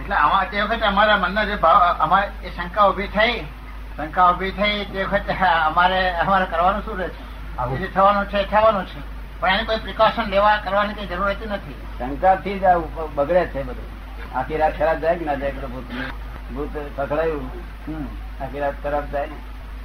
એટલે આમાં તે વખતે અમારા મનમાં જે ભાવ અમારે એ શંકા ઉભી થઈ શંકા ઉભી થઈ તે વખતે હા, અમારે અમારે કરવાનું શું રહે છે આવું. જે થવાનું છે એ થવાનું છે પણ એની કોઈ પ્રિકોશન લેવા કરવાની કઈ જરૂર રહેતી નથી શંકાથી જ આ ઉપ- બગડે છે બધું આખી રાત ખરાબ જાય કે ના જાય પેલું ભૂત ભૂત પકડાયું હમ આખી રાત ખરાબ જાય ને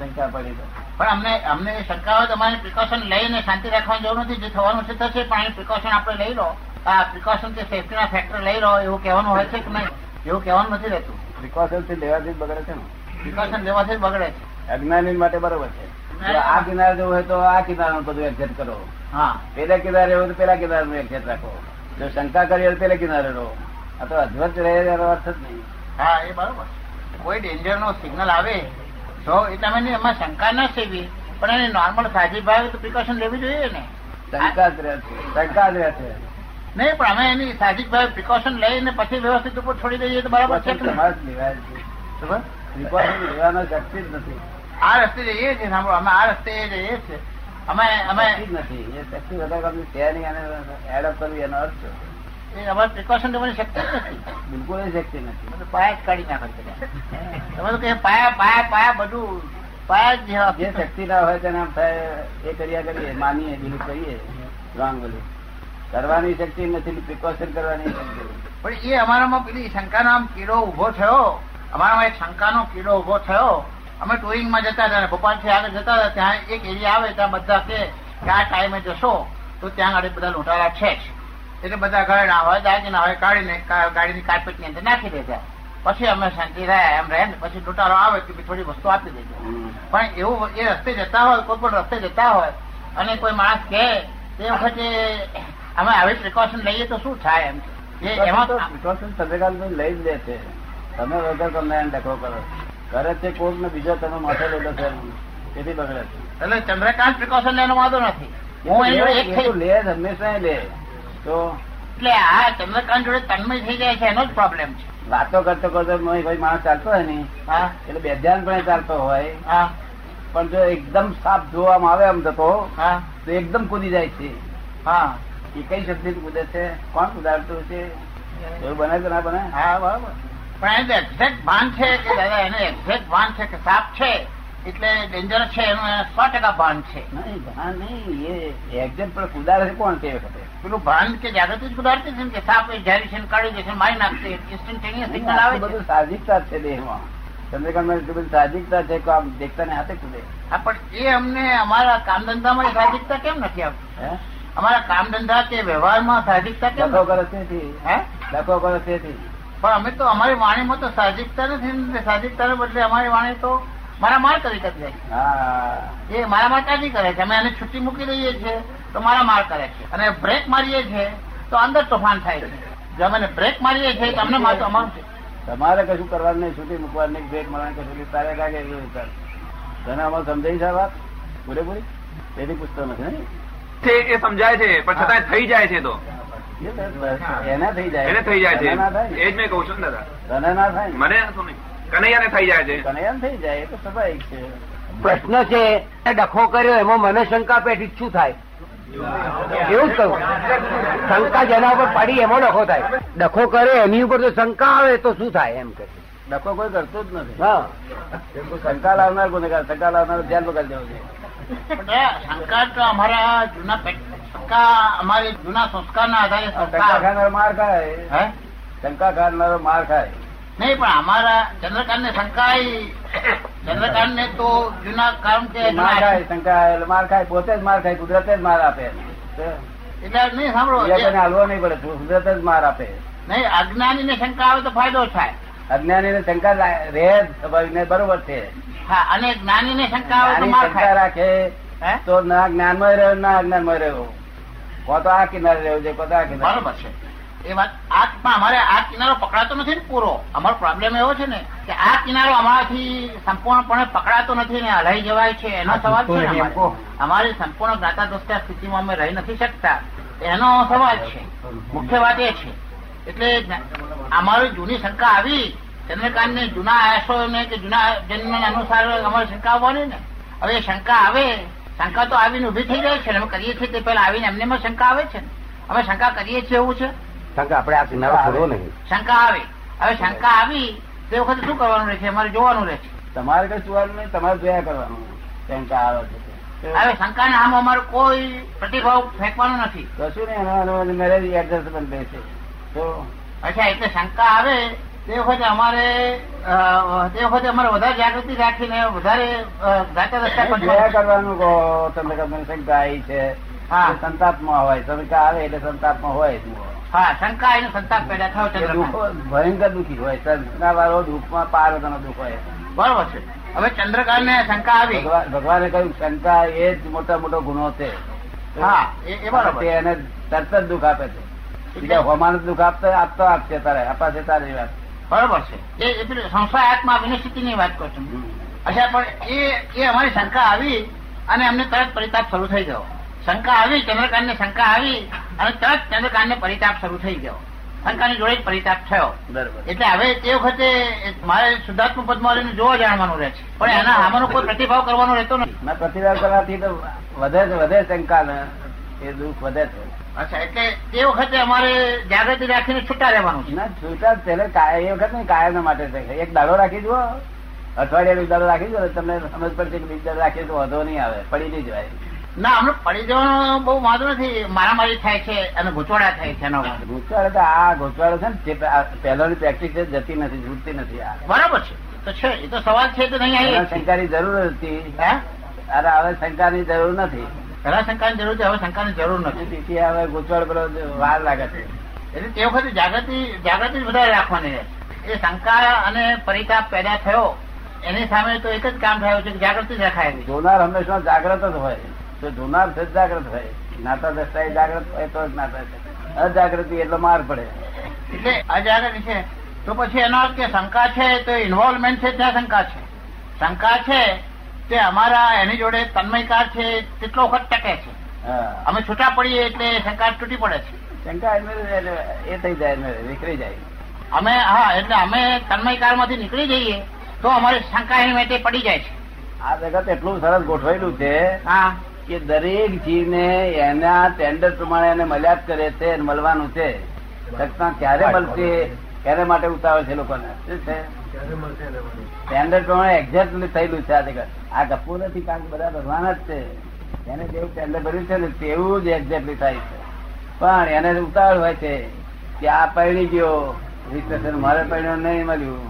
શંકા પડી તો પણ અમને અમને એ શંકા હોય તો અમારે પ્રિકોશન લઈને શાંતિ રાખવાની જરૂર નથી જે થવાનું છે થશે પણ એની પ્રિકોશન આપણે લઈ લો આ પ્રિકોશન કે સેફટીના ફેક્ટર લઈ લો એવું કહેવાનું હોય છે કે નહીં એવું કહેવાનું નથી રહેતું પ્રિકોશન થી લેવાથી જ બગડે છે ને પ્રિકોશન લેવાથી જ બગડે છે અજ્ઞાની માટે બરોબર છે જો આ કિનારે જવું હોય તો આ કિનારાનું બધું એક્ઝેટ કરો હા પેલા કિનારે હોય તો પેલા કિનારાનું એક્ઝેટ રાખો જો શંકા કરી હોય તો પેલા કિનારે રહો આ તો અધ્વત રહે એનો અર્થ જ નહીં હા એ બરોબર કોઈ ડેન્જર નો સિગ્નલ આવે તો એ તમે ને એમાં શંકા ના સેવી પણ એને નોર્મલ સાજી ભાવે તો પ્રિકોશન લેવી જોઈએ ને શંકા જ રહે છે શંકા જ રહે છે નહીં પણ અમે એની સાહજિક ભાવે પ્રિકોશન લઈને પછી વ્યવસ્થિત ઉપર છોડી દઈએ તો બરાબર છે કે નહીં? Precaution તમારે જ લેવાય છે બરાબર? Precaution લેવાનો શક્તિ જ નથી આ રસ્તે જઈએ છીએ સાંભળો અમે આ રસ્તે એ જઈએ છીએ અમે અમે શક્તિ જ નથી એ શક્તિ વધારે કમી છે નહીં અને એડ અપ કરવી એનો અર્થ શું? એ અમારે પ્રિકોશન લેવાની શક્તિ જ નથી બિલકુલ એ શક્તિ નથી અમે તો પાયા જ કાઢી નાખે બધા. તમે તો કહે પાયા પાયા પાયા બધું પાયા જ જેવા જે શક્તિ ના હોય તેને આમ થાય એ કર્યા કરીએ માનીએ બિલીવ કરીએ રોંગ બિલીવ કરવાની શક્તિ નથી પ્રિકોશન કરવાની શક્તિ પણ એ અમારામાં પેલી શંકાનો આમ કીડો ઉભો થયો અમારામાં એક શંકાનો કીડો ઉભો થયો અમે ટોઈંગમાં જતા હતા ભોપાલથી આગળ જતા હતા ત્યાં એક એરિયા આવે ત્યાં બધા કહે કે આ ટાઈમે જશો તો ત્યાં આગળ બધા લૂંટારા છે જ એટલે બધા ઘરે નાવા જાય કે નાવે કાઢીને કા- ગાડીની કાર્પેટની અંદર નાખી દેતા પછી અમે શાંતિ રહ્યા એમ રહે ને પછી લૂંટારો આવે કે ભઈ થોડી વસ્તુ આપી દેજો હમ. પણ એવું એ રસ્તે જતા હોય કોઈ પણ રસ્તે જતા હોય અને કોઈ માણસ કહે તે વખતે અમે આવી પ્રિકોશન લઈએ તો શું થાય એમ એ એમાં તો precaution સર્વેકાલ કોઈ લઈ જ લે છે તમે વગર તમને એને ડખો કરો કરે છે કોક ને બીજો તમે માથે લો છો તેથી બગડે છે એટલે ચંદ્રકાંત પ્રિકોશન લેવાનો વાંધો નથી હું એનો એક એ થઈ તો લે જ, હંમેશા એ લે તો એટલે આ ચંદ્રકાંત જોડે તન્મય થઈ જાય છે એનો જ પ્રોબ્લેમ છે વાતો કરતો કરતો મોહી ભાઈ માણસ ચાલતો હોય ને હા એટલે બેધ્યાન પણ ચાલતો હોય હા પણ જો એકદમ સાફ જોવામાં આવે આમ જતો હા તો એકદમ કૂદી જાય છે હા એ કઈ શક્તિ કૂદે છે કોણ કુદાડતું છે એવું બને કે ના બને હા બરાબર પણ એને એક્ઝેક્ટ ભાન છે કે દાદા એને એક્ઝેક્ટ ભાન છે કે સાપ છે એટલે ડેન્જર છે એનું એને સો ટકા ભાન છે નહીં ભાન નહીં એ એક્ઝેક્ટ પણ કુદાડે છે કોણ તે વખતે પેલું ભાન કે જાગૃતિ જ સુધારતી છે ને કે સાપ એ ઝેરી છે ને કાઢી દેશે ને મારી નાખશે ઇન્સ્ટન્ટેનિયસ નહીં, સિગ્નલ આવે આટલું છે બધું સાહજિકતા જ છે દેહમાં ચંદ્રકાંતમાં એટલી બધી સાહજિકતા છે કે આમ દેખતા ને હાથે કૂદે હા પણ એ અમને અમારા કામધંધામાં એ સાહજિકતા કેમ નથી આવતી હે અમારા કામધંધા કે વ્યવહારમાં સાહજિકતા કેમ ડખો નથી? કરો તેથી હે ડખો કરો તેથી પણ અમે તો અમારી વાણીમાં તો સાહજિકતા નથી ને સાહજિકતાને બદલે અમારી વાણી તો મારા માર તરીકે જ જાય હા એ મારા માતાજી કરે છે અમે એને છુટ્ટી મૂકી દઈએ છીએ તો મારા માર કરે છે અને બ્રેક મારીએ છીએ તો અંદર તોફાન થાય છે જો અમે એને બ્રેક મારીએ છીએ તો અમને માથું અમારું છે. તમારે કશું કરવાનું નહીં છૂટી મૂકવાની નહીં, બ્રેક મળવાની કશું નહીં તારે લાગે એવું વિચાર તને આમાં સમજાઈ છે આ વાત પૂરેપૂરી તેથી પૂછતો નથી નહીં? છે એ સમજાય છે પણ છતાં થઈ જાય છે તો એ બસ, બસ. એને થઈ જાય એને થઈ જાય છે તને ના થાય ને? એ જ મેં કહું છું ને દાદા તને ના થાય ને? મને શું નહીં કનૈયાને થઈ જાય છે તને એમ થઈ જાય એ તો સ્વાભાવિક છે પ્રશ્ન છે એ ડખો કર્યો એમાં મને શંકા પેટી શું થાય એવું જ કહું શંકા જેના ઉપર પડી એમાં ડખો થાય ડખો કર્યો એની ઉપર જો શંકા આવે તો શું થાય એમ કે ડખો કોઈ કરતું જ નથી હા શંકા લાવનાર ગુનેગાર શંકા લાવનાર જેલ બગાડ જવું છે પણ આ શંકા તો અમારા જૂના પેટ- શંકા અમારી જૂના સંસ્કારના આધારે શંકા શંકા ખાનાર માર ખાય હે શંકા ખાનારો માર ખાય નહીં પણ અમારા ચંદ્રકાંત ને શંકા ઈ- ચંદ્રકાંત ને તો જૂના કામ કે માર જૂના- ખાય શંકા એટલે માર ખાય પોતે જ માર ખાય કુદરતે જ માર આપે તો એટલે નહીં સાંભળો બીજા કોઈને જે- હાલવો નહીં પડે કુદરત જ માર આપે નહીં અજ્ઞાની ને શંકા આવે તો ફાયદો થાય અજ્ઞાની ને શંકા લા- રહે જ સ્વાભાવિક ને બરોબર છે હા અને જ્ઞાની ને શંકા આવે તો જ્ઞાની માર શંકા ખાય રાખે હે તો ના જ્ઞાન માં રહ્યો ના અજ્ઞાન માં રહ્યો કો તો આ કિનારે રહ્યો છે કો તો આ કિનારે બરોબર છે એ વાત આ પણ અમારે આ કિનારો પકડાતો નથી ને પૂરો અમારો પ્રોબ્લેમ એવો છે ને કે આ કિનારો અમારાથી સંપૂર્ણપણે પકડાતો નથી ને હલાઈ જવાય છે એનો સવાલ છે ને અમારે. અમારી સંપૂર્ણ જ્ઞાતા દ્રષ્ટા સ્થિતિમાં અમે રહી નથી શકતા એનો સવાલ છે મુખ્ય વાત એ છે એટલે જ્ઞા- અમારી જૂની શંકા આવી ચંદ્રકાંત ને જૂના આયાસોને કે જૂના જન્મ અનુસાર અમારી શંકા આવવાની ને હવે એ શંકા આવે શંકા તો આવીને ઉભી થઈ જાય છે ને અમે કરીએ છીએ તે પહેલા આવીને એમને એમાં શંકા આવે છે ને અમે શંકા કરીએ છીએ એવું છે શંકા આપણે આ કિનારો પૂરો નહીં શંકા આવે હવે શંકા આવી તે વખતે શું કરવાનું રહેશે અમારે જોવાનું રહેશે તમારે કઈ જોવાનું નહીં તમારે જોયા કરવાનું શંકા આવે છે તે. હવે શંકાના આમ અમારો કોઈ પ્રતિભાવ ફેંકવાનો નથી કશું નહીં એનો મેરેજ એડજસ્ટમેન્ટ રહેશે તો અચ્છા એટલે શંકા આવે તે વખતે અમારે અ, તે વખતે અમારે વધારે જાગૃતિ રાખીને વધારે અ, જાતે રસ્તા પર જોયા કરવાનું કહો તમે કે મને શંકા આવી છે હા. સંતાપમાં હોય શંકા આવે એટલે સંતાપમાં હોય જ. હા શંકા એનો સંતાપ પેદા થયો એ દુઃખ ચંદ્રકાંત ભયંકર દુઃખી હોય શંકા વાળો દુઃખમાં પાર વગરનો દુઃખ હોય બરોબર છે હવે ચંદ્રકાંત ને શંકા આવી ભગવાન ભગવાને કહ્યું શંકા એ જ મોટા મોટો ગુનો છે હા એ એ બરોબર તે એને તરત જ દુઃખ આપે છે બીજા હોમાન દુઃખ આપતો આપતો આપશે તારે અપાશે તારી વાત બરોબર છે એ એ પેલું સંસ્થા આત્મા વિનિશ્ચિતિ ની વાત કરું છું અચ્છા પણ એ એ અમારી શંકા આવી અને અમને તરત પરિતાપ શરૂ થઈ ગયો શંકા આવી ચંદ્રકાંત ને શંકા આવી અને તરત ચંદ્રકાંત ને પરિતાપ શરૂ થઈ ગયો શંકાની જોડે જ પરિતાપ થયો બરોબર એટલે હવે તે વખતે મારે શુદ્ધાત્મક પદ્માવલીનું જોવા જાણવાનું રહે છે પણ એના આમાંનો કોઈ પ્રતિભાવ કરવાનો રહેતો નથી ના પ્રતિકાર કરવાથી તો વધે જ વધે શંકા ને એ દુઃખ વધે છે અચ્છા એટલે તે વખતે અમારે જાગૃતિ રાખીને છૂટા રહેવાનું છે ના છૂટા જ પહેલે કાય- એ વખત નહીં કાયમ માટે છે એક દાડો રાખી જુઓ અઠવાડિયાનો એક દાડો રાખી જુઓ એટલે તમને સમજ પડશે કે બીજો દાડો રાખીએ તો વધો નહીં આવે પડી નહીં જવાય ના અમને પડી જવાનો બહુ વાંધો નથી મારામારી થાય છે અને ગોચવાડા થાય છે એનો વાંધો. ઘૂંચવાડો તો આ ઘૂંચવાડો છે ને જે પે- આ પહેલાની પ્રેક્ટિસ છે જતી નથી છૂટતી નથી આ બરાબર છે તો છે એ તો સવાલ છે તો નહીં પહેલા આવી શંકાની જરૂર હતી હે અરે હવે શંકાની જરૂર નથી પહેલા શંકાની જરૂર છે હવે શંકાની જરૂર નથી તેથી હવે ગૂંચવાડ પેલો વાર લાગે છે એટલે તે વખતે જાગૃતિ જાગૃતિ જ વધારે રાખવાની રહે એ શંકા અને પરિતાપ પેદા થયો એની સામે તો એક જ કામ થયું છે કે જાગૃતિ જ રખાયેલી જોનાર હંમેશા જાગ્રત જ હોય તો જોનાર છે જ જાગ્રત હોય જ્ઞાતા દ્રષ્ટા એ જાગ્રત હોય તો જ જ્ઞાતા છે અજાગૃતિ એટલે માર પડે એટલે અજાગૃતિ છે તો પછી એનો અર્થ કે શંકા છે તો ઇન્વોલ્વમેન્ટ છે ત્યાં શંકા છે શંકા છે તે અમારા એની જોડે તન્મયકાર છે તેટલો વખત ટકે છે હા અમે છૂટા પડીએ એટલે શંકા તૂટી પડે છે શંકા એમ એટલે એ થઈ જાય એમ વિખરી જાય અમે હા એટલે અમે તન્મયકારમાંથી નીકળી જઈએ તો અમારી શંકા એની માટે પડી જાય છે આ જગત એટલું સરસ ગોઠવેલું છે હા કે દરેક જીવને એના ટેન્ડર પ્રમાણે એને મળ્યા જ કરે છે અને મળવાનું છે સત્તા ક્યારે મળશે એને માટે ઉતાવળ છે લોકોને શું છે ટેન્ડર પ્રમાણે એક્ઝેક્ટલી થયેલું છે આ જગત આ ગપ્પુ નથી કારણ કે બધા ભગવાન જ છે એને જેવું ટેન્ડર ભર્યું છે ને તેવું જ એક્ઝેક્ટલી થાય છે પણ એને ઉતાવળ હોય છે કે આ પરણી ગયો વિશ્લેષણ મારે પરણ્યો નહીં મળ્યું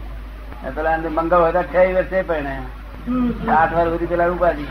ને પેલા મંગળ હોય તો અઠ્યાવીસ વર્ષે પરણે આઠ વાર સુધી પેલા ઉભા રહી